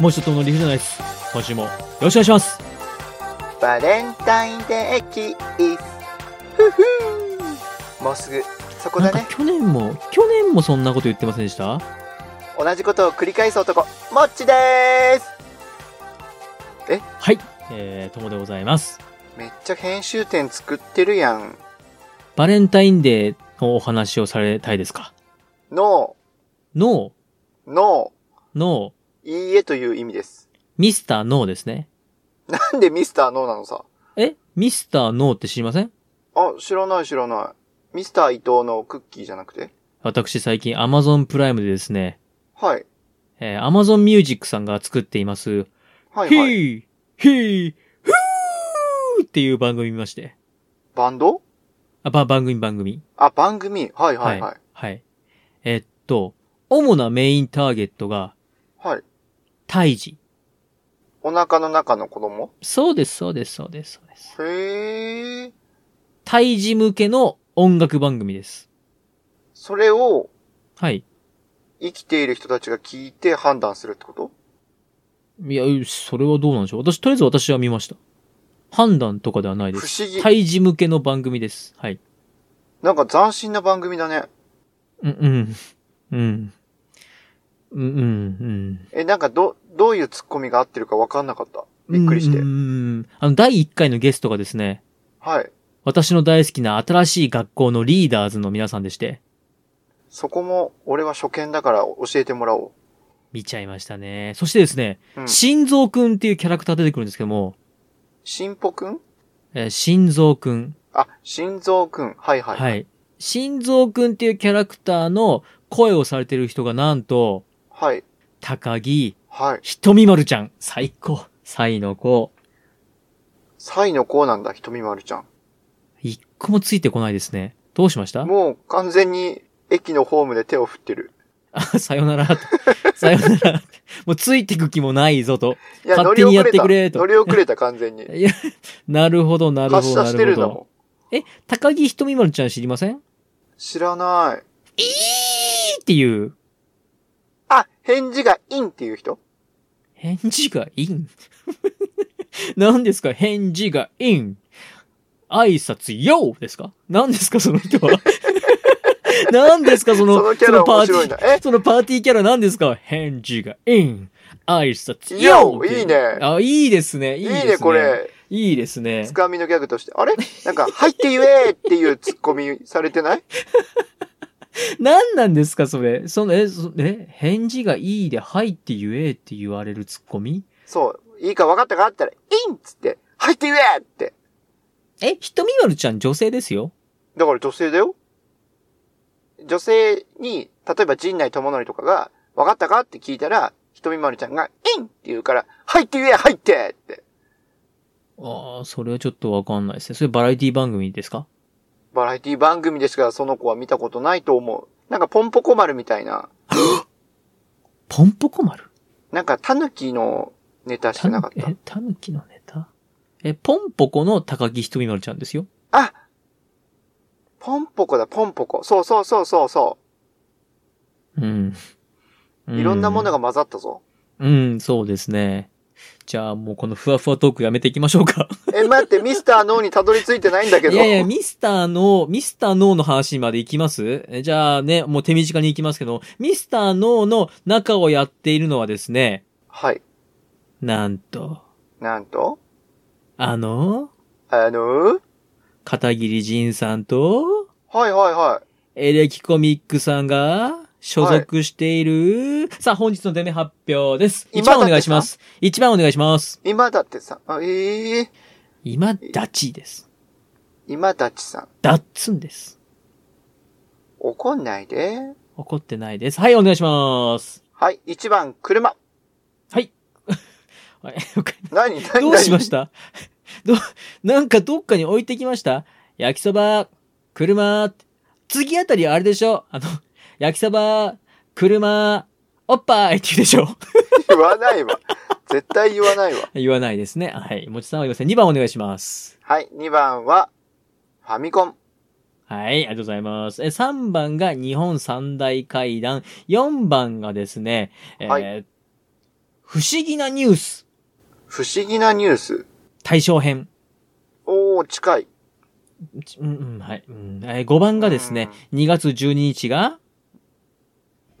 もう一つの理不尽です。今週もよろしくお願いします。バレンタインデーキーふふもうすぐそこだね去年も去年もそんなこと言ってませんでした同じことを繰り返す男もっちですえはいえー、ともでございますめっちゃ編集点作ってるやんバレンタインデーのお話をされたいですかノーノーノーノーいいえという意味ですミスターノーですねなんでミスターノーなのさえミスターノーって知りませんあ、知らない知らない。ミスター伊藤のクッキーじゃなくて私最近 Amazon プライムでですね。はい。えー、Amazon Music さんが作っています。はいはい。ヒー、ヒー、フーっていう番組見まして。バンドあ、ば、番組番組。あ、番組はいはいはい。はい。えー、っと、主なメインターゲットが、はい。胎児。お腹の中の子供そうです、そうです、そうです、そうです。へー。胎児向けの音楽番組です。それを、はい。生きている人たちが聞いて判断するってこといや、それはどうなんでしょう。私、とりあえず私は見ました。判断とかではないです。不思議。胎児向けの番組です。はい。なんか斬新な番組だね。うん、うん。うん。うん、うん、うん。。え、なんかど、どういうツッコミが合ってるか分かんなかった。びっくりして。うんあの、第1回のゲストがですね。はい。私の大好きな新しい学校のリーダーズの皆さんでして。そこも俺は初見だから教えてもらおう。見ちゃいましたね。そしてですね、うん、心臓くんっていうキャラクター出てくるんですけども。心ぽくんえー、心臓くん。あ、心臓くん。はいはい。はい。心臓くんっていうキャラクターの声をされてる人がなんと。はい。高木。はい。ひとみまるちゃん。最高。サイの子。サイの子なんだ、ひとみまるちゃん。一個もついてこないですね。どうしましたもう完全に駅のホームで手を振ってる。あ、さよなら。 さよなら。もうついてく気もないぞと。いや、勝手にやってくれと。乗り遅 れた、完全に。いや、なるほど、なるほど。発射してるんだもん。え、高木ひとみまるちゃん知りません。知らないいーっていう。あ、返事がインっていう人返事がイン 何ですか返事がイン。挨拶よですか何ですかその人は。 何ですかその、そのキャラ面白いな。えそのパーティーキャラ何ですか返事がイン。挨拶よいいね。あ、いいですね。いいですね。いいね、これ。いいですね。つかみのギャグとして。あれなんか、入って言えっていうツッコミされてない 何なんですかそれ。その、え、そえ、返事がいいで、入って言えって言われるツッコミそう。いいか分かったかったら、インっつって、入って言えって。え、ひとみまるちゃん女性ですよ。だから女性だよ。女性に、例えば陣内智則とかが、分かったかって聞いたら、ひとみまるちゃんが、インって言うから、入って言え入ってって。ああ、それはちょっとわかんないですね。それバラエティ番組ですかバラエティ番組ですから、その子は見たことないと思う。なんか、ポンポコ丸みたいな。ポンポコ丸なんか、タヌキのネタしてなかった。え、タヌキのネタえ、ポンポコの高木ひとみまるちゃんですよ。。あポンポコだ、ポンポコ。そうそうそうそうそううん。いろんなものが混ざったぞ。うん、そうですね。じゃあもうこのふわふわトークやめていきましょうかえ、待って、ミスターノーにたどり着いてないんだけど。いやいや、ミスターノー、ミスターノーの話まで行きますじゃあね、もう手短に行きますけど、ミスターノーの中をやっているのはですね。はい。なんと。なんとあのあの片桐仁さんと、。はいはいはいエレキコミックさんが、所属している、はい、さあ本日の出目発表です。一番お願いします。一番お願いします。今だってさん、あ、ええー、今だちです。今だちさん。だっつんです。怒んないで。怒ってないです。はい、お願いします。はい、一番、車。はい。何何 どうしま したど、なんかどっかに置いてきました焼きそば、車、次あたりあれでしょあの、焼きそば、車、おっぱいって言うでしょ 言わないわ。絶対言わないわ。言わないですね。はい。もちさんは言いません。2番お願いします。はい。2番は、ファミコン。はい、ありがとうございます。え、3番が日本三大会談。4番がですね、えー、はい不思議なニュース不思議なニュース。対象編。おー、近い。ちうん、うん、はい、うんえー。5番がですね、2月12日が、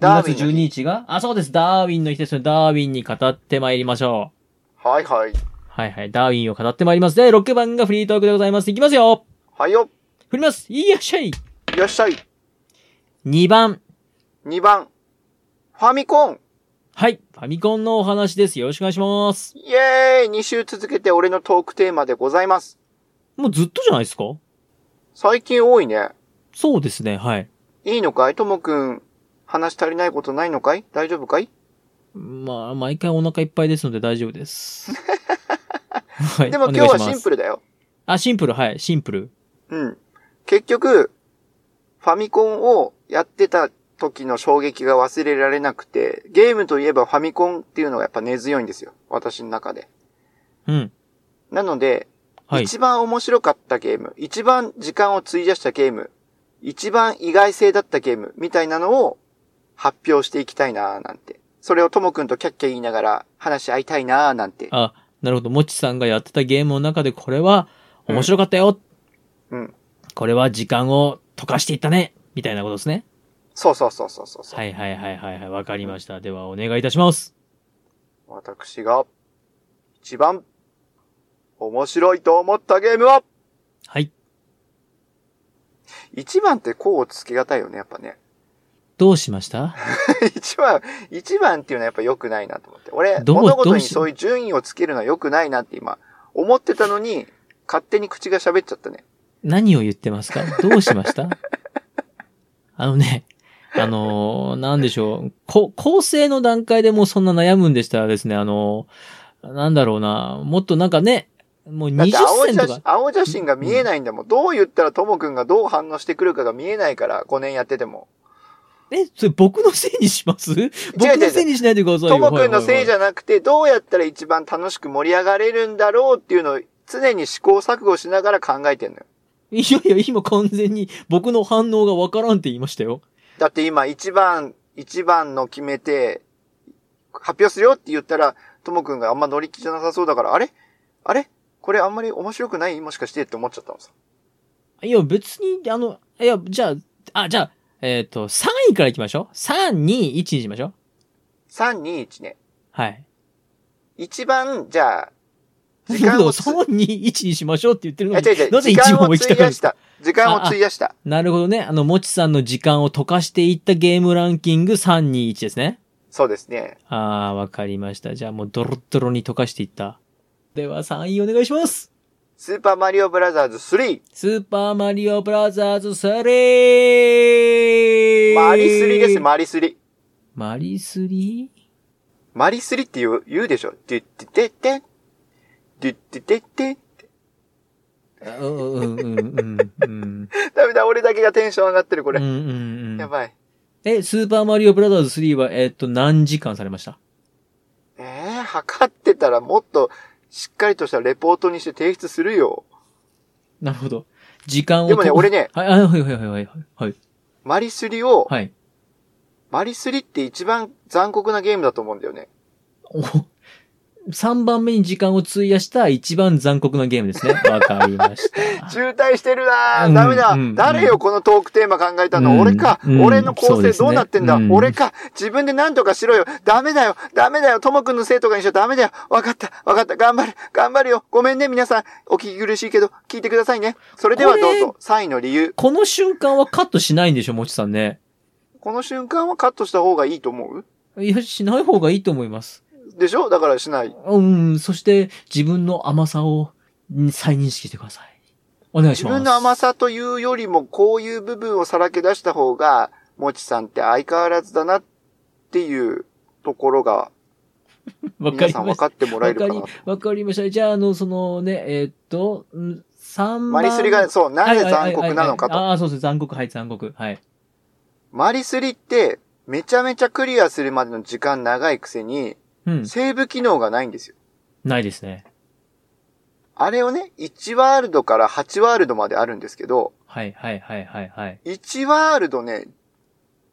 2ダー月ウィ12ンの日日が、あ、そうです。ダーウィンの日です。ダーウィンに語ってまいりましょう。はいはい。はいはい。ダーウィンを語ってまいります。で、6番がフリートークでございます。いきますよはいよ。振りますいらっしゃいいらっしゃい。 !2 番。 2番。ファミコン。はい。ファミコンのお話です。よろしくお願いします。イエーイ !2 週続けて俺のトークテーマでございます。もうずっとじゃないですか最近多いね。そうですね。はい。いいのかいともくん。話足りないことないのかい大丈夫かい、まあ、毎回お腹いっぱいですので大丈夫 です。はい。でも今日はシンプル。ルだよ。あ、シンプル、はい。シンプル。うん。結局、ファミコンをやってた時の衝撃が忘れられなくて、ゲームといえばファミコンっていうのがやっぱ根強いんですよ。私の中で。うん。なので、はい。一番面白かったゲーム、一番時間を費やしたゲーム、一番意外性だったゲームみたいなのを発表していきたいなーなんて。それをともくんとキャッキャ言いながら話し合いたいなーなんて。あ、なるほど。もちさんがやってたゲームの中でこれは面白かったよ。うん。これは時間を溶かしていったね。みたいなことですね。そうそうそうそうそうそう。はいはいはいはいはい。わかりました。ではお願いいたします。私が一番面白いと思ったゲームははい。一番ってこうつけがたいよね、やっぱね。どうしました 一番、一番っていうのはやっぱ良くないなと思って。俺、どう物ど事うにしそういう順位をつけるのは良くないなって今、思ってたのに、勝手に口が喋っちゃったね。何を言ってますかどうしましたあのね、あのーなんでしょう。こ、構成の段階でもうそんな悩むんでしたらですね、あのーなんだろうな、もっとなんかね、もうだっ20て青戦写と真か、、青写真が見えないんだもん。どう言ったらともくんがどう反応してくるかが見えないから、5年やってても。え、それ僕のせいにします僕のせいにしないでくださいよ。ともくんのせいじゃ、ゃなくて、どうやったら一番楽しく盛り上がれるんだろうっていうのを常に試行錯誤しながら考えてんのよ。いやいや、今完全に僕の反応がわからんって言いましたよ。だって今一番、一番の決めて、発表するよって言ったら、ともくんがあんま乗り気じゃなさそうだから、あれあれこれあんまり面白くないもしかしてって思っちゃったのさ。いや、別に、あの、いや、じゃあ、あ、じゃあ、えっ、と、3位からいきましょう。3、2、1にしましょう。 3、2、1ね。はい。一番、じゃあ、時な間んでをもつ、 3、2、1にしましょうって言ってるのあ違う違に、うなぜ時間1をを行きた費くなやいした。時間を費やした。なるほどね。あの、もちさんの時間を溶かしていったゲームランキング3、2、1ですね。そうですね。あー、わかりました。じゃあもうドロッドロに溶かしていった。では3位お願いします。スーパーマリオブラザーズ3。スーパーマリオブラザーズ3マリ3です、マリ3。マリ 3? マリ3って言う、言うでしょ。デュッデュッデッデッデュッデュッデッデッあうんうんうんうん うん。ダメだ、俺だけがテンション上がってる、こうんうれ。んうやん。ばい。え、スーパーマリオブラザーズ3は、えっと、何時間されましたええ測ってたらもっとしっかりとしたレポートにして提出するよ。なるほど。時間を。でもね、俺。ね、 はい、あはい、はい、はい、はい、はい。マリスリを、はい。マリスリって一番残酷なゲームだと思うんだよね。お3番目に時間を費やした一番残酷なゲームですね。わかりま した。渋滞してるなうぁ。んダメだ、うん誰よ、このトークテーマ考えたうんの。俺か、うん俺の構そうで成すねどうなってんだ、うん俺か。自分で何とかしろよ。ダメだよ。ダメだよ。ともくんのせいとかにしちゃダメだよ。わかった。わかった。頑張る。頑張るよ。ごめんね、皆さん。お聞き苦しいけど、聞いてくださいね。それではどうぞ。3位の理由。この瞬間はカットしないんでしょ、もちさんね。この瞬間はカットした方がいいと思ういや、しない方がいいと思います。でしょだからしない。うん、そして自分の甘さをん再認識してください。お願いしま自す。分の甘さというよりも、こういう部分をさらけ出した方が、もちさんって相変わらずだなっていうところが、わか皆りさんま分した。かってもらえわるかかりな。、わかりました。じゃあ、あの、そのね、えーっと、ん3番。マリスリが、そう、なはいぜはいはいはい、残酷なのかと。ああ、そうです。残酷、はい、残酷。はい。マリスリって、めちゃめちゃクリアするまでの時間長いくせに、うん。セーブ機能がないんですよ。ないですね。あれをね、1ワールドから8ワールドまであるんですけど、はい、はい、はい、はい、はい。 1ワールドね、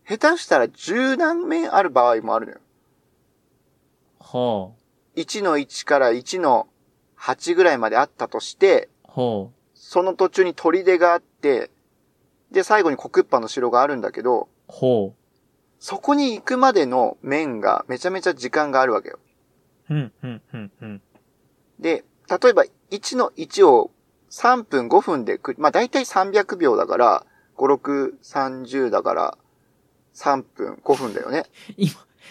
下手したら10何面ある場合もあるのよ。ほ1の1から1の8ぐらいまであったとして、う、ほその途中に砦があって、で、最後に黒板の城があるんだけど、う、ほそこに行くまでの面がめちゃめちゃ時間があるわけよ。う。うん、うん、うん、うん。で、例えば1の1を3分5分でく、まあ大体300秒だから、5、6、30だから、3分5分だよね。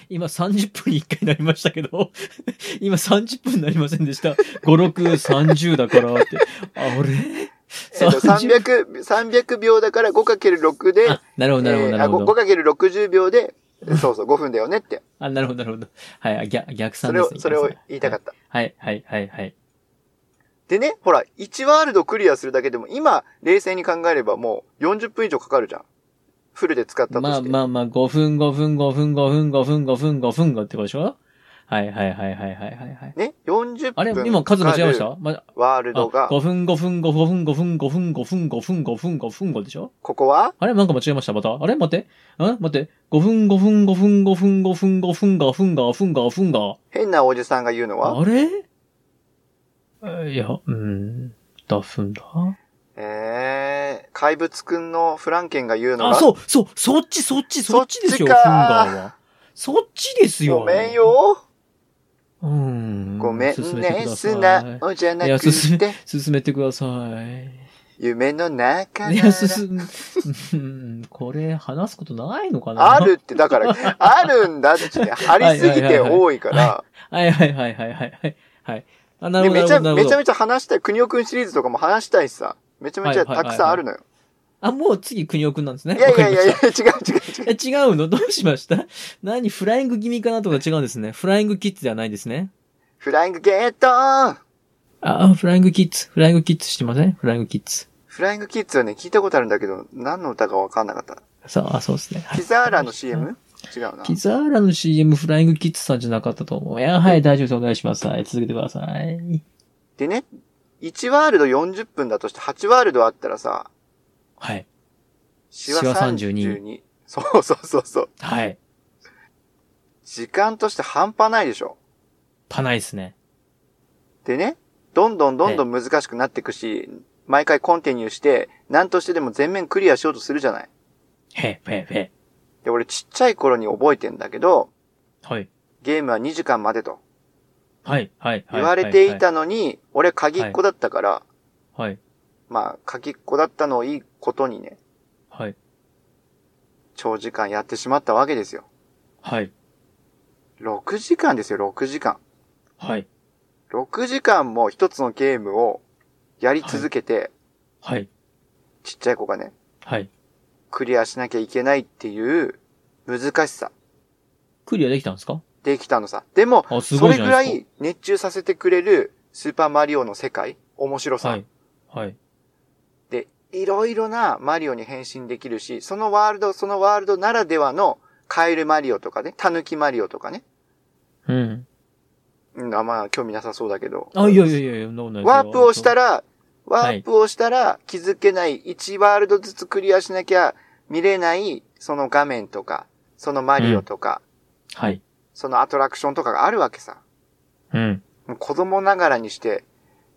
今30分に1回になりましたけど、 今30分になりませんでした。5、6、30だからって。あ、俺えっと ?30 300、300秒だから 5×6 で、 あ、なるほど、なるほど、えーなるほあど。ご 5×60 秒 で、そうそう、5分だよねって。あ、なるほど、なるほど。はい、あ逆逆そ算れですをね。、それを逆算言いたかった。はい、はい、はい、はい。でね、ほら、1ワールドクリアするだけでも、今、冷静に考えればもう40分以上かかるじゃん。フルで使ったとして。まあまあまあ、5分、5分、5分、5分、5分、5分、5分、5分ってことでしょはい、はい、はい、はい、はい、はいはい。ね、40分。あれ今数間違えましたまワールあ、ドが、 5分5分5分5分5分5分5分5分5分5でしょここはあれなんか間違えましたまたあれ待って。ん待って。5分5分5分5分5分5分5分5分5分が。変なおじさんが言うのはあれえいや、うーん。だふんだ。えー、怪物くんのフランケンが言うのはあ、そう、そう、そっち、そっち、そっちですよ、フそっンガちかーは。そっちですよ。ごめん。よ。うーん。ごめ進んめてね、ください素直じゃないやく進て、進めてください。夢の中ないらや、進む、うんこれ、話すことないのかなあるって、だから、あるんだって、ね、ありすぎて多いから、はいはいはいはいはいはい。はい。あ、なで、るほど。めちゃ、なるほどめちゃめちゃ話したい。国尾くんシリーズとかも話したいしさ。めちゃめちはゃいはいはたいくさんあるのよ。あ、もう次、国尾くんなんですね。いやいやいやいや、わか違う違う違う。りましたえ違うの どうしました何フライング気味かなとか違うんですね。フライングキッズではないんですね。フライングゲットーあ、フライングキッズ。フライングキッズしてませんフライングキッズ。フライングキッズはね、聞いたことあるんだけど、何の歌かわかんなかった。そう、あ、そうですね。はいピザーラの CM? 違うな。ピザーラの CM フライングキッズさんじゃなかったと思う。いや、はい、大丈夫です。お願いします。はい、続けてください。でね、1ワールド40分だとして8ワールドあったらさ、はい。シワシワ32。そうそうそうそう。はい。時間として半端ないでしょ。パないですね。でね、どんどんどんどん難しくなっていくし、毎回コンティニューして、何としてでも全面クリアしようとするじゃない。へ、へ、へ。で、俺ちっちゃい頃に覚えてんだけど、はい。ゲームは2時間までとはい、はい、はい。言われていたのに、俺鍵っ子だったから、はい。まあ、鍵っ子だったのをいいことにね、はい、長時間やってしまったわけですよ。はい、 6時間ですよ、6時間。はい、 6時間も一つのゲームをやり続けて、はい、ちっちゃい子がね、はい。クリアしなきゃいけないっていう難しさ、クリアできたんですかできたのさ。でも、あ、すそごいれじゃぐならいですい熱中させてくれるスーパーマリオの世界、面白か。さ。はい、はい、で、いろいろなマリオに変身できるし、そのワールド、そのワールドならではのカエルマリオとかね、タヌキマリオとかね。うん。うん、あまあ、興味なさそうだけど。あ、いやいやいやいや、そんなことないですよワープをしたら、ワはいープをしたら気づけない、1ワールドずつクリアしなきゃ見れない、その画面とか、そのマリオとか、はい。そのアトラクションとかがあるわけさ。うん。もう子供ながらにして、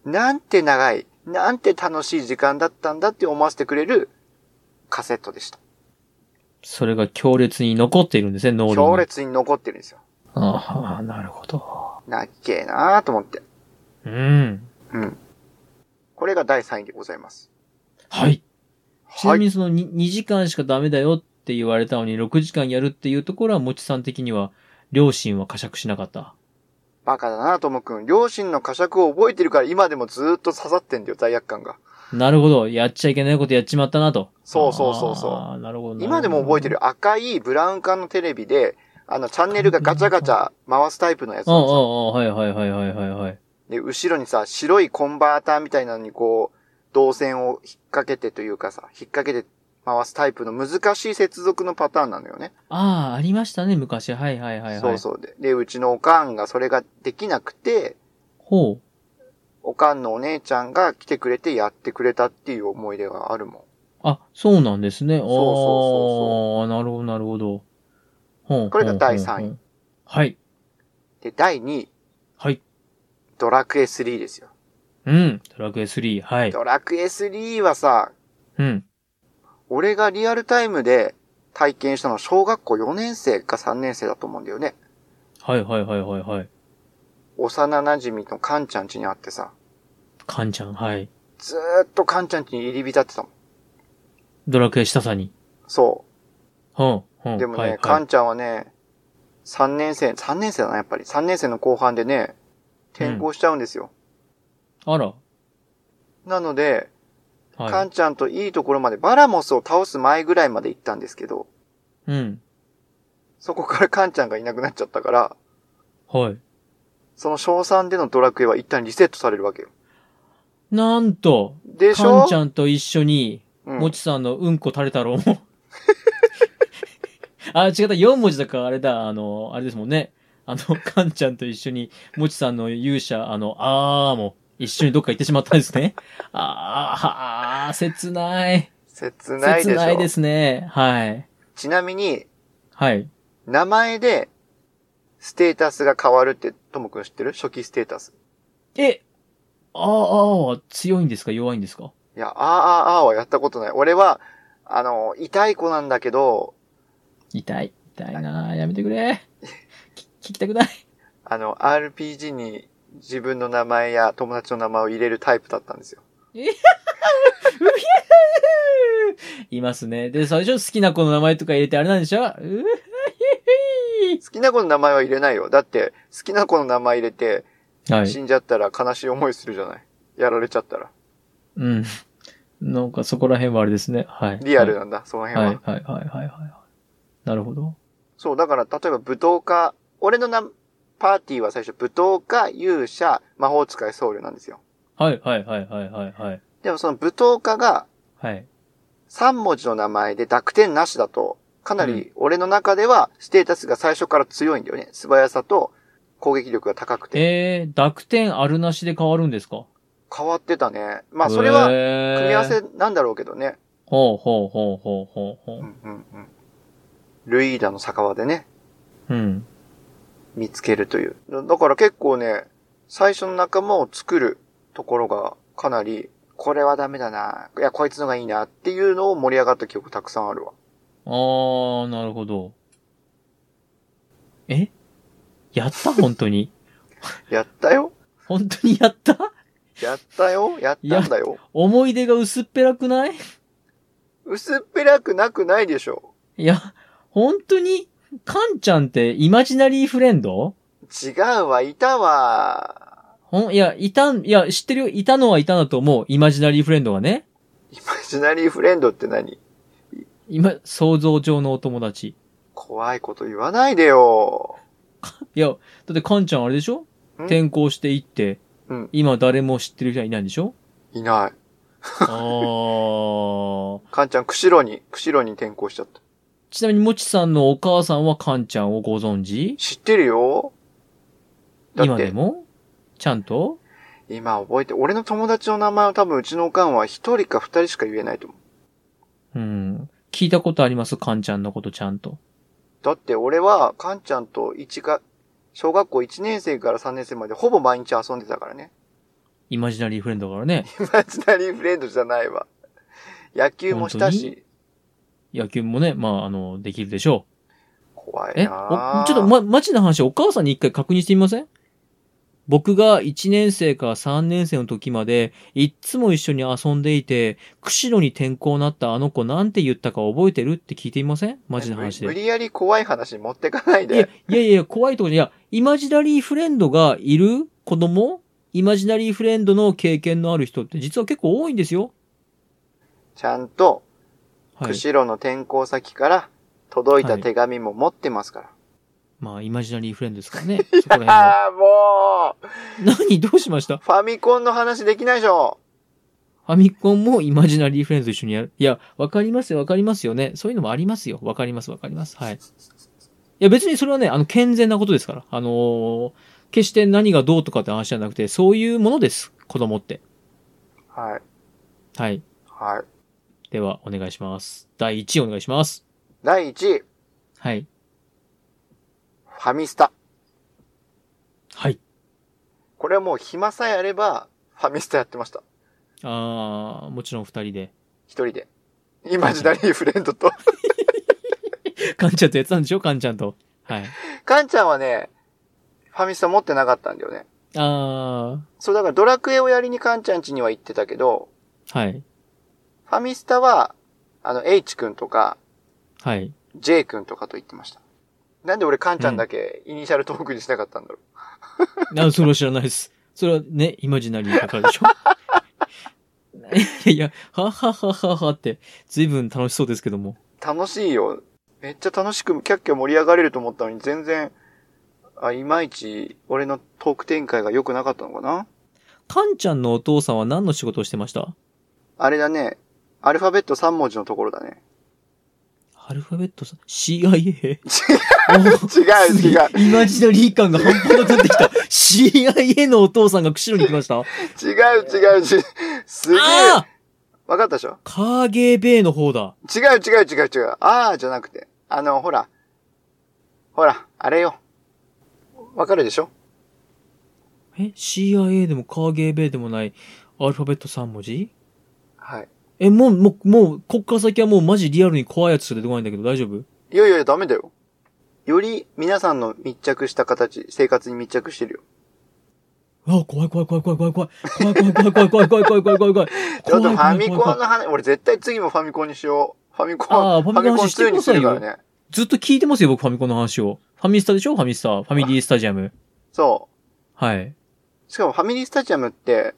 なんて長い、なんて楽しい時間だったんだって思わせてくれるカセットでした。それが強烈に残っているんですね、脳裏に。強烈に残ってるんですよ。ああ、なるほど。なっけえなーと思って。うん。うん。これが第3位でございます。はい。ちなはみい。にその 2, 2時間しかダメだよって言われたのに6時間やるっていうところは、もちさん的には、両親は呵責しなかった。バカだな、ともくん。両親の呵責を覚えてるから今でもずーっと刺さってんだよ、罪悪感が。なるほど。やっちゃいけないことやっちまったなと。そうそうそうそうああ、なるほど。今でも覚えて。る赤いブラウン管のテレビで、あの、チャンネルがガチャガチャ回すタイプのやつああ、あなんですよあ、はいはいはいはいはいはい。で、後ろにさ、白いコンバーターみたいなのにこう、導線を引っ掛けてというかさ、引っ掛けて回すタイプの難しい接続のパターンなのよね。ああ、ありましたね、昔。はいはいはいはい。そうそうで。で、うちのおかんがそれができなくて、ほう。おかんのお姉ちゃんが来てくれてやってくれたっていう思い出があるもん。あ、そうなんですね。ああ、そうそなるほど、なるほど。ほうこれが第三位位。はい。で、第2位、はい。ドラクエ3ですよ。うん。ドラクエ3。はい。ドラクエ3はさ、うん。俺がリアルタイムで体験したの小学校4年生か3年生だと思うんだよね。はいはいはいはいはい。幼馴染みのカンちゃん家に会ってさ、カンちゃん、はい。ずーっとカンちゃん家に入り浸ってたもん。ドラクエしたさに。そうん。うん。う。でもはいはね、いカンちゃんはね、3年生、3年生だな、やっぱり。3年生の後半でね、転校しちゃうんですよ。あら。なので、カはンちゃんといいところまで、バラモスを倒す前ぐらいまで行ったんですけど、い。うん。そこからカンちゃんがいなくなっちゃったから、はい。その小3でのドラクエは一旦リセットされるわけよ。なんと、でしょカンちゃんと一緒に、うんもちさんのうんこ垂れ太郎も。 あ、違った。4文字だからあれだ。あの、あれですもんね。あの、 カンちゃんと一緒に、もちさんの勇者、あの、あーも、一緒にどっか行ってしまったんですね。 あー、あー、切ない。切ないでしょ。切ないですね。はい。ちなみに、はい。名前で、ステータスが変わるって、ともくん知ってる初期ステータス。え、あー、あー、強いんですか弱いんですかいや、あーあーあーはやったことない。俺は、あの、痛い子なんだけど、痛い。痛いなあやめてくれ。き聞きたくない。 あの、RPG に自分の名前や友達の名前を入れるタイプだったんですよ。いますね。で、最初好きな子の名前とか入れてあれなんでしょうふふ好きな子の名前は入れないよ。だって、好きな子の名前入れて、ふは死い。んじゃったら悲しい思いするじゃない。やられちゃったら。うん。なんかそこら辺はあれですね。はい。リアルなんだ、そのはい。辺はは。い、はい、はい、はいはい。なるほど。そう、だから、例えば武闘家、俺のな、パーティーは最初、武闘家、勇者、魔法使い、僧侶なんですよ。はい、はい、はい、はい、はい、はい。でもその武闘家がはい。 3文字の名前で濁点なしだと、かなり俺の中ではステータスが最初から強いんだよね。素早さと攻撃力が高くて。えー、濁点あるなしで変わるんですか変わってたね。まあそれは組組み合わせなんだろうけどね。ほうほうほうほうほううほんうんうん。ルイーダの酒場でね、う。うん。見つけるという。だだから結構ね、最初の仲間を作るところがかなり、これはダメだな。いや、こいつのがいいなっていうのを盛り上がった記憶たくさんあるわ。あー、なるほど。えやった本当に。 やったよ本当にやったやったよやったんだよ思い出が薄っぺらくない薄っぺらくなくないでしょ。いや、本当に、カンちゃんってイマジナリーフレンド違うわ、いたわ。ほん、いや、いたん、いや、知ってるよ。いたのはいたんだと思う。イマジナリーフレンドがね。イマジナリーフレンドって何今、想像上のお友達。怖いこと言わないでよ。いや、だってカンちゃんあれでしょん転校していって、うん今誰も知ってる人はいないんでし ょいない。あー。カンちゃん、釧路に、釧路に転校しちゃった。ちなみに、もちさんのお母さんはカンちゃんをご存知知ってるよだ今っでて、もちゃんと今覚えて、俺の友達の名前を多分うちのおかんは一人か二人しか言えないと思う。うん。聞いたことありますカンちゃんのことちゃんと。だって俺は、カンちゃんと一が、小学校一年生から三年生までほぼ毎日遊んでたからね。 イマジナリーフレンドだからね。イマジナリーフレンドじゃないわ。野球もした本当し、野球もね、まあ、あの、できるでしょ怖う。えいおなぁちょっと、ま、マジな話、お母さんに一回確認してみません僕が1年生から3年生の時まで、いっつも一緒に遊んでいて、釧路に転校になったあの子なんて言ったか覚えてるって聞いてみませんマジな話無理無で。理やり怖い話に持ってかないいやで。、いやいや、怖いとこじゃ、いや、イマジナリーフレンドがいる子供イマジナリーフレンドの経験のある人って実は結構多いんですよ。ちゃんと、はい。釧路の転校先から届いた手紙も持ってますから。まあ、イマジナリーフレンドですからね。そこらああ、もう辺 は。何どうしましたファミコンの話できないでしょファミコンもイマジナリーフレンズと一緒にやる。いや、わかりますよ、わかりますよね。そういうのもありますよ。わかります、わかります。はい。いや、別にそれはね、あの、健全なことですから。あのー決して何がどうとかって話じゃなくて、そういうものです。子供って。はい。はい。はい。では、お願いします。第1位お願いします。第1位、フはい。ァミスタ。はい。これはもう暇さえあれば、ファミスタやってました。あー、もちろん二人で。一人で。イマジナリーフレンドと。カンちゃんとやってたんでしょカンちゃんと。はい。カンちゃんはね、ファミスタ持ってなかったんだよね。あそう、だからドラクエをやりにカンちゃん家には行ってたけど、ー、はい。ファミスタは、あの、H 君とか、はい。 J 君とかと言ってました。なんで俺カンちゃんだけイニシャルトークにしなかったんだろう。な、それは知らないです。それはね、イマジナリーだからでしょ いやいや、はっはっはっはっはって、随分楽しそうですけども。楽しいよ。めっちゃ楽しく、キャッキャ盛り上がれると思ったのに、全然、あ、いまいち、俺のトーク展開が良くなかったのかなカンちゃんのお父さんは何の仕事をしてましたあれだね。アルファベット3文字のところだね。アルファベットさん、CIA? 違う、違う、イマジナリー感が半端なくなってきた。CIA のお父さんが釧路に来ましたあ違う、違う、違う。すげえ。あーわかったでしょカーゲーベイの方だ。違う、違う、違う、違う。あーじゃなくて。あの、ほら。ほら、あれよ。わかるでしょえ ?CIA でもカーゲーベイでもない、アルファベット3文字はい。え、もう、もう、もう、こっから先はもうマジリアルに怖いやつしか出てこないんだけど大丈夫いやいやいや、ダメだよ。より皆さんの密着した形、生活に密着してるよ。あ、怖い怖い怖い怖い怖い怖い。怖い怖い怖い怖い怖い怖い怖い怖い怖い。ちょっとファミコンの怖い怖い怖い怖い話、俺絶対次もファミコンにしよう。ファミコあン、ーファミコンの話してくだすさいるよからね。ずっと聞いてますよ、僕ファミコンの話を。ファミスタでしょファミスタ。ファミリースタジアム。そはい。う。しかもファミリースタジアムって、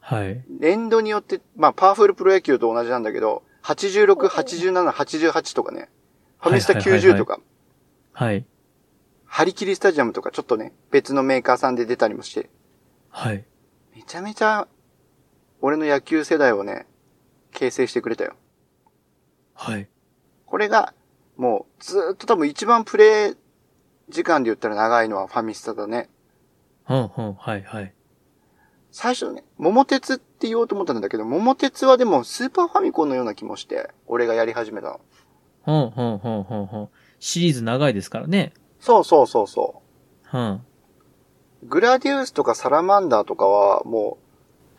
はい。年度によって、まあパワフルプロ野球と同じなんだけど、86、87、88とかね。ファミスタはいはいはいは90いとか、はい。ハリキリスタジアムとかちょっとね、別のメーカーさんで出たりもして、はい。めちゃめちゃ、俺の野球世代をね、形成してくれたよ。はい。これが、もう、ずーっと多分一番プレイ時間で言ったら長いのはファミスタだね。うんうん、はいはい。最初ね、桃鉄って言おうと思ったんだけど、桃鉄はでもスーパーファミコンのような気もして、俺がやり始めたの。うんうんうんうんうん。シリーズ長いですからね。そうそうそうそうん。う。グラディウスとかサラマンダーとかは、も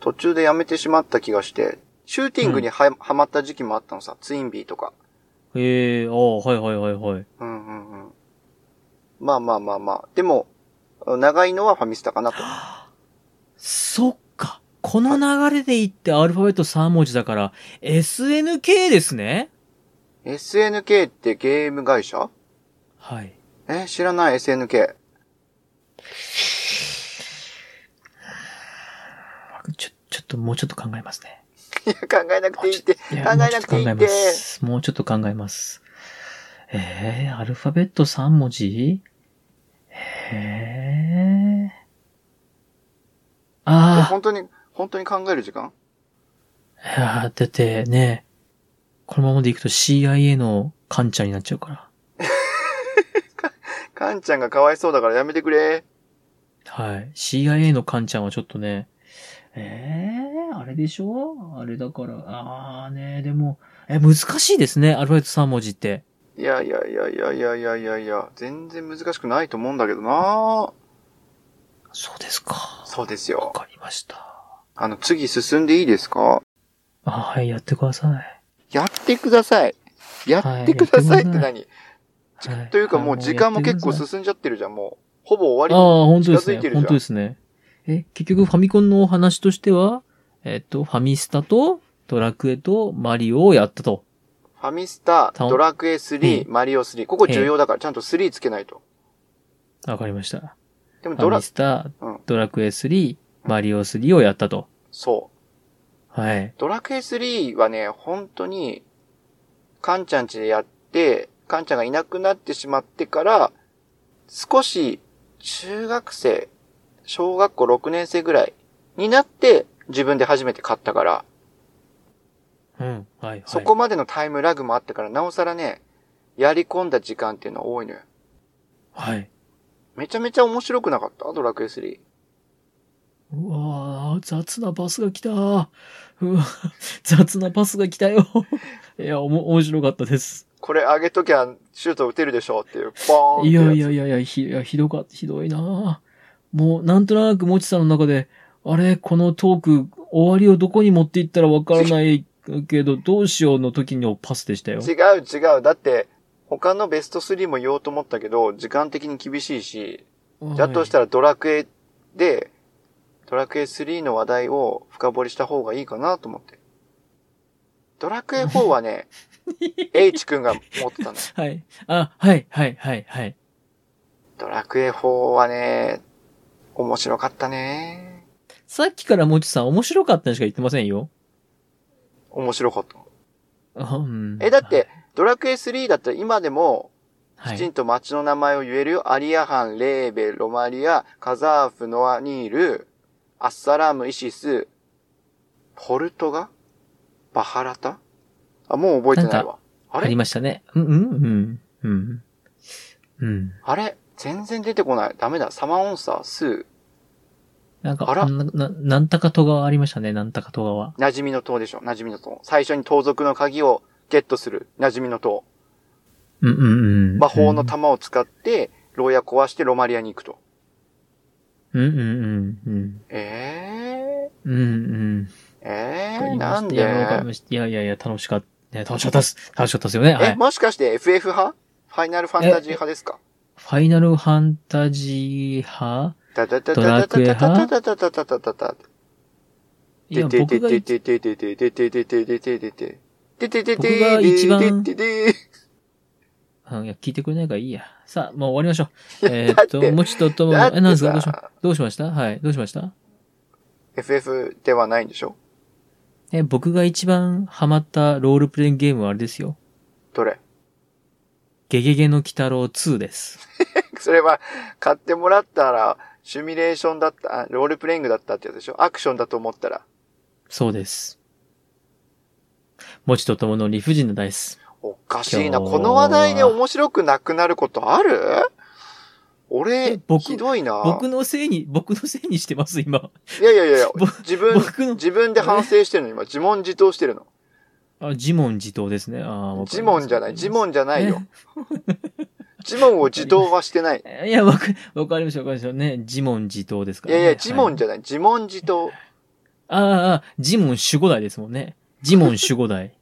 う、途中でやめてしまった気がして、シューティングには、はまった時期もあったのさ、ツインビーとか。ええああ、はいはいはいはい。うんうんうん。まあまあまあまあ。でも、長いのはファミスタかなと。そっか。この流れで言ってアルファベット3文字だから、SNK ですね SNK ってゲーム会社はい。え、知らない SNK。ちょ、ちょっともうちょっと考えますね。いや、考えなくていいって。考いえやもうちょなっくとてい考いえっまて。す。もうちょっと考えます。ええアルファベット3文字ええああ。本当に、本当に考える時間いやーだってね、このままでいくと CIA のカンちゃんになっちゃうから。カンちゃんがかわいそうだからやめてくれ。はい。CIA のカンちゃんはちょっとね、えー、あれでしょあれだから、あーね、でも、え、難しいですね、アルファベット3文字って。いやいやいやいやいやいやいやいや、全然難しくないと思うんだけどなそうですか。そうですわよ。かりました。あの、次進んでいいですかあはい、やってください。やってください。やってくださいって何、はというかもう時間も結構あやってください進んじゃってるじゃん、もう。ほぼ終あわー、本当です近づいね。てるじゃん本当ですね。え、結局ファミコンのお話としては、えっと、ファミスタと、ドラクエとマリオをやったと。り。ファミスタ、たドラクエ3、マリオ3。ここ重要だから、ちゃんと3つけないと。わかりました。でもフドァラミ、スタうん、ドラクエ3、マリオ3をやったと。そう。はい。ドラクエ3はね、本当に、カンちゃん家でやって、カンちゃんがいなくなってしまってから、少し、中学生、小学校6年生ぐらいになって、自分で初めて買ったから、うん。はい、はい。そこまでのタイムラグもあってから、なおさらね、やり込んだ時間っていうのは多いのよ。はい。めちゃめちゃ面白くなかったドラクエ3。うわー雑なパスが来たうわ雑なパスが来たよ。いや、おも、面白かったです。これ上げときゃシュート打てるでしょうっていう、ポーンっていやいややいやいや、ひ、いやひどか、ひどいなもうなんとなくもちさんの中で、あれ、このトーク、終わりをどこに持っていったらわからないけど、どうしようの時のパスでしたよ。違う違う。だって、他のベスト3も言おうと思ったけど、時間的に厳しいし、だとしたらドラクエで、ドラクエ3の話題を深掘りした方がいいかなと思って。ドラクエ4 はね、H 君が持ってたんだよ。はい。はい。あ、はい、はい、はい、はい。ドラクエ4はね、面白かったね。さっきからもちさん面白かったにしか言ってませんよ。面白かった。あうんえ、だって、、ドラクエ3だったら今でも、はきいちんと街の名前を言えるよ。アリアハン、レーベ、ロマリア、カザーフ、ノアニール、アッサラーム、イシス、ポルトガバハラタあ、もう覚えてないわ。あありれましたね。うん、うん、うん、うん。うん。あれ全然出てこない。ダメだ。サマオンサー、スー、なんか、あらな、ななんたか戸川ありましたね、なんたか戸川。馴染みの塔でしょ。馴染みの塔。最初に盗賊の鍵をゲットする。馴染みの塔。うん、うん、うん。魔法のた玉を使って、牢屋壊してロマリアに行くと。うん、うん、うん、うん。えうん、うん。ー、わえかー、りまなしんたでいや、わかりましたいやいやいや、楽しかった。楽しかったっす。楽しかったですよね。はえ、い。もしかして FF 派ファイナルファンタジー派ですかファイナルファンタジー派ダダダドダラクエダダダ派ダダダダダダダいや、て僕がてい、ててててててててててててててててて僕が一番ててててうんいや、聞いてくれないからいいや。さあ、もう終わりましょう。い えやーだっってと、もちととも、だっえ、てなんですかどうしまさ、どうしましたはい。どうしました FF ではないんでしょえ、僕が一番ハマったロールプレイングゲームはあれですよ。どれゲゲゲの鬼太郎2です。それは買ってもらったらシミュレーションだった、あロールプレイングだったってやつでしょアクションだと思ったら。そうです。もちとともの理不尽なダイス。おかしいな。今日はこの話題で面白くなくなることある俺え、僕ひどいな。僕のせいに、僕のせいにしてます、今。いやいやいやいやぼ、自分、僕の、自分で反省してるの、今。自問自答してるの。あ、自問自答ですね。あー自問じゃない、自。問じゃない よ。自問を自答はしてない。えいや、わか、わかりました、わかりました。ね、自問自答ですか いら、やね。いや、自問はいじゃない、自問自答。ああ、ああ自問守護代ですもんね。自問守護代。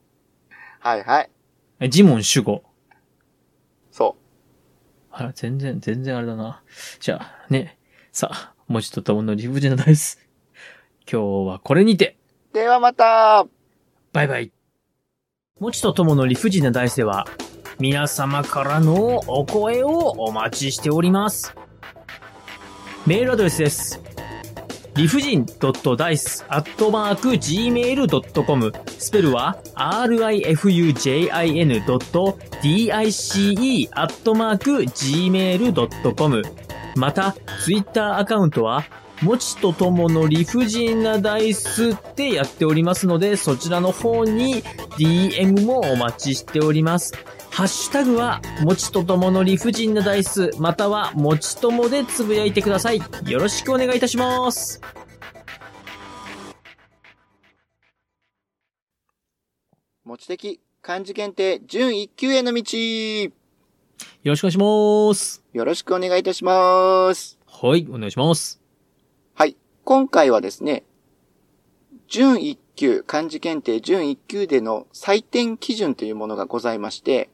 はいはい。え自問守護。そあら、全然、全然あれだな。じゃあ、ね。さあ、もうちょっとともの理不尽なダイス。今日はこれにてう。ではまたバイバイ。もちとともの理不尽な大世は、皆様からのお声をお待ちしております。メールアドレスです。理不尽 d i c e g m a i l c o m スペルは rifujin.dice gmail.com また、ツイッターアカウントは、もちとともの理不尽なダイスってやっておりますので、そちらの方に DM もお待ちしております。ハッシュタグは、もちとともの理不尽なダイス、または、もちともでつぶやいてください。よろしくお願いいたします。持ち的漢字検定準一級へのよ道ろしくお願いします。よろしくお願いいたします。はい、お願いします。はい。今回はですね、準一級、漢字検定準一級での採点基準というものがございまして、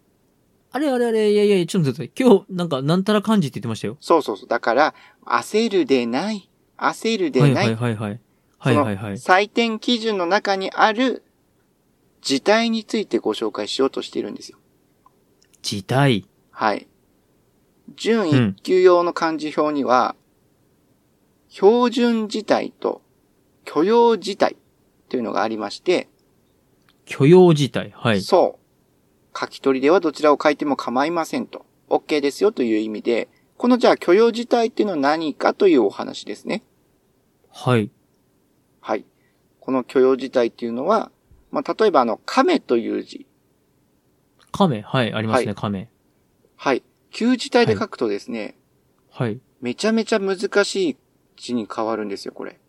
あれあれあれ、いやいや、ちょっと待って、今日、なんか、なんたら漢字って言ってましたよ。そうそうそう。だから、焦るでない、焦るではいなはいいはいはい。ははいいははいいはい。採点基準の中にある字体についてご紹介しようとしているんですよ。字体。はい。準一級用の漢字表には、標準字体と許容字体というのがありまして、許容字体。はい。そう。書き取りではどちらを書いても構いませんと。OK ですよという意味で、このじゃあ許容字体っていうのは何かというお話ですね。はい。はい。この許容字体っていうのは、まあ、例えばあの、亀という字。亀。はい、ありますはね、亀。はい。旧字体で書くとですね、はい。めちゃめちゃ難しい字に変わるんですよ、これ。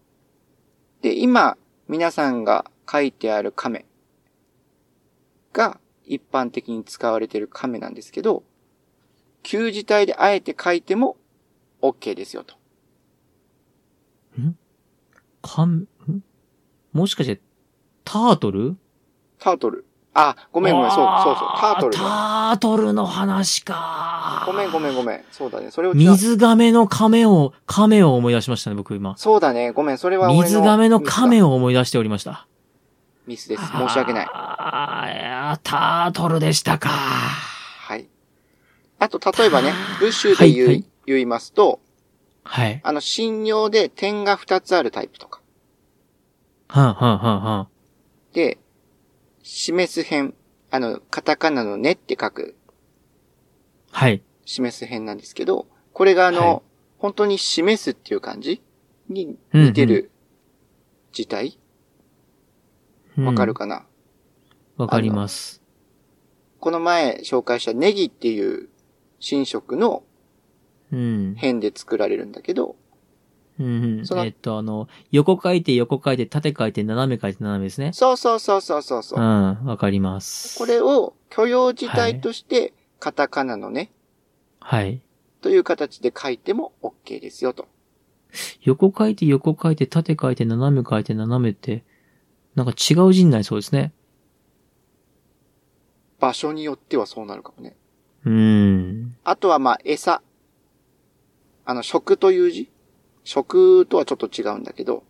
で、今、皆さんが書いてある亀が一般的に使われている亀なんですけど、旧字体であえて書いても OK ですよと。かん、んもしかして、タートルタートル。あ、ごめんごめん、そう、そうそう、タートルタだ。ートルの話か。ごめんごめんごめん。そうだね。それを違う水亀の亀を、亀を思い出しましたね、僕今。そうだね。ごめん、それは俺の。水亀の亀を。を思い出しておりました。ミスです。申し訳ない。ああ、いや、タートルでしたか。はい。あと、例えばね、ブッシュで言う、はいはい言いますと、はい。あの、信用で点が2つあるタイプとか。はんはんはんはん。で、示す辺、あの、カタカナのねって書くはい。示す辺なんですけど、これがあの、はい本当に示すっていう感じに似てる字体うんわ、かるかなわかります。この前紹介したネギっていう新色のうん。辺で作られるんだけど、うんうんそのえっと、あの、横書いて横書いて縦書いて斜め書いて斜めですね。そうそうそうそうそうそうう、ん、わかります。これを許容字体として、カタカナのね、はい。という形で書いても OK ですよと。横書いて横書いて縦書いて斜め書いて斜めって、なんか違う字になりそうですね。場所によってはそうなるかもね。うん。あとはまあ、餌。あの、食という字食とはちょっと違うんだけど、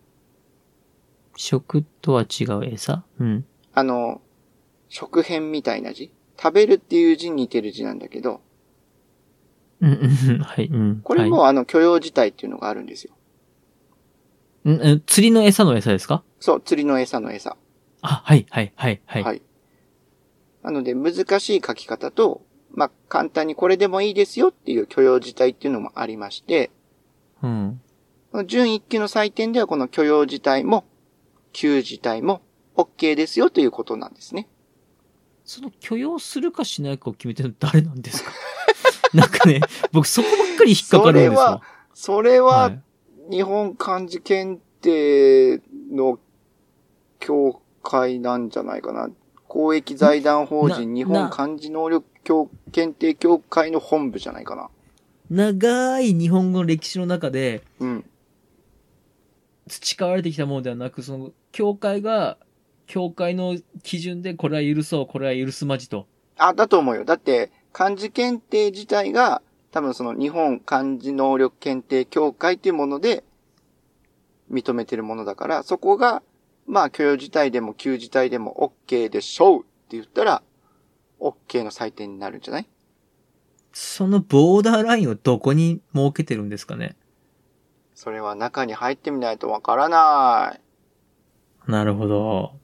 食とは違う餌うん。あの、食辺みたいな字食べるっていう字に似てる字なんだけど、うん、うん、 はい、うん。これはもあの許容字体っていうのがあるんですよ。い、うんうん釣りの餌の餌ですかそう、釣りの餌の餌。あ、はい、はい、はい、はい。はい。なので、難しい書き方と、まあ、簡単にこれでもいいですよっていう許容字体っていうのもありまして、うん。この準1級の採点ではこの許容字体も、級字体も OK ですよということなんですね。その許容するかしないかを決めてるの誰なんですか なんかね、僕そこばっかり引っかかるんですわ。それは、はい日本漢字検定の協会なんじゃないかな。公益財団法人な日な本漢字能力協検定協会の本部じゃないかな。長い日本語の歴史の中で、うん。培われてきたものではなく、その、教会が、教会の基準でこれは許そう、これは許すまじと。あ、だと思うよ。だって、漢字検定自体が、多分その日本漢字能力検定協会っていうもので、認めてるものだから、そこが、まあ、許容自体でも旧自体でも OK でしょうって言ったら、OK の採点になるんじゃないそのボーダーラインをどこに設けてるんですかね。それは中に入ってみないとわからない。なるほど。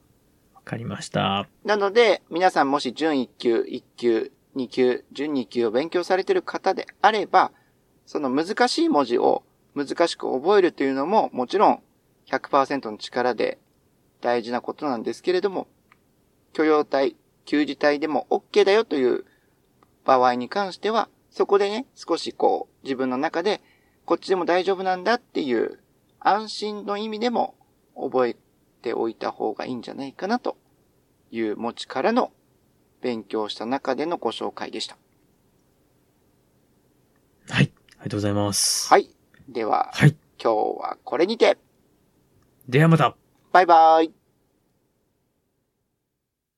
わかりました。なので、皆さんもし準1級、1級、2級、準2級を勉強されてる方であれば、その難しい文字を難しく覚えるというのも、もちろん100%の力で大事なことなんですけれども、許容体、給字体でも OK だよという場合に関しては、そこでね、少しこう、自分の中で、こっちでも大丈夫なんだっていう、安心の意味でも覚えておいた方がいいんじゃないかなという持ちからの勉強した中でのご紹介でした。はい。ありがとうございます。。はいい。では、はい。今日はこれにて、ではまた。バイバイ。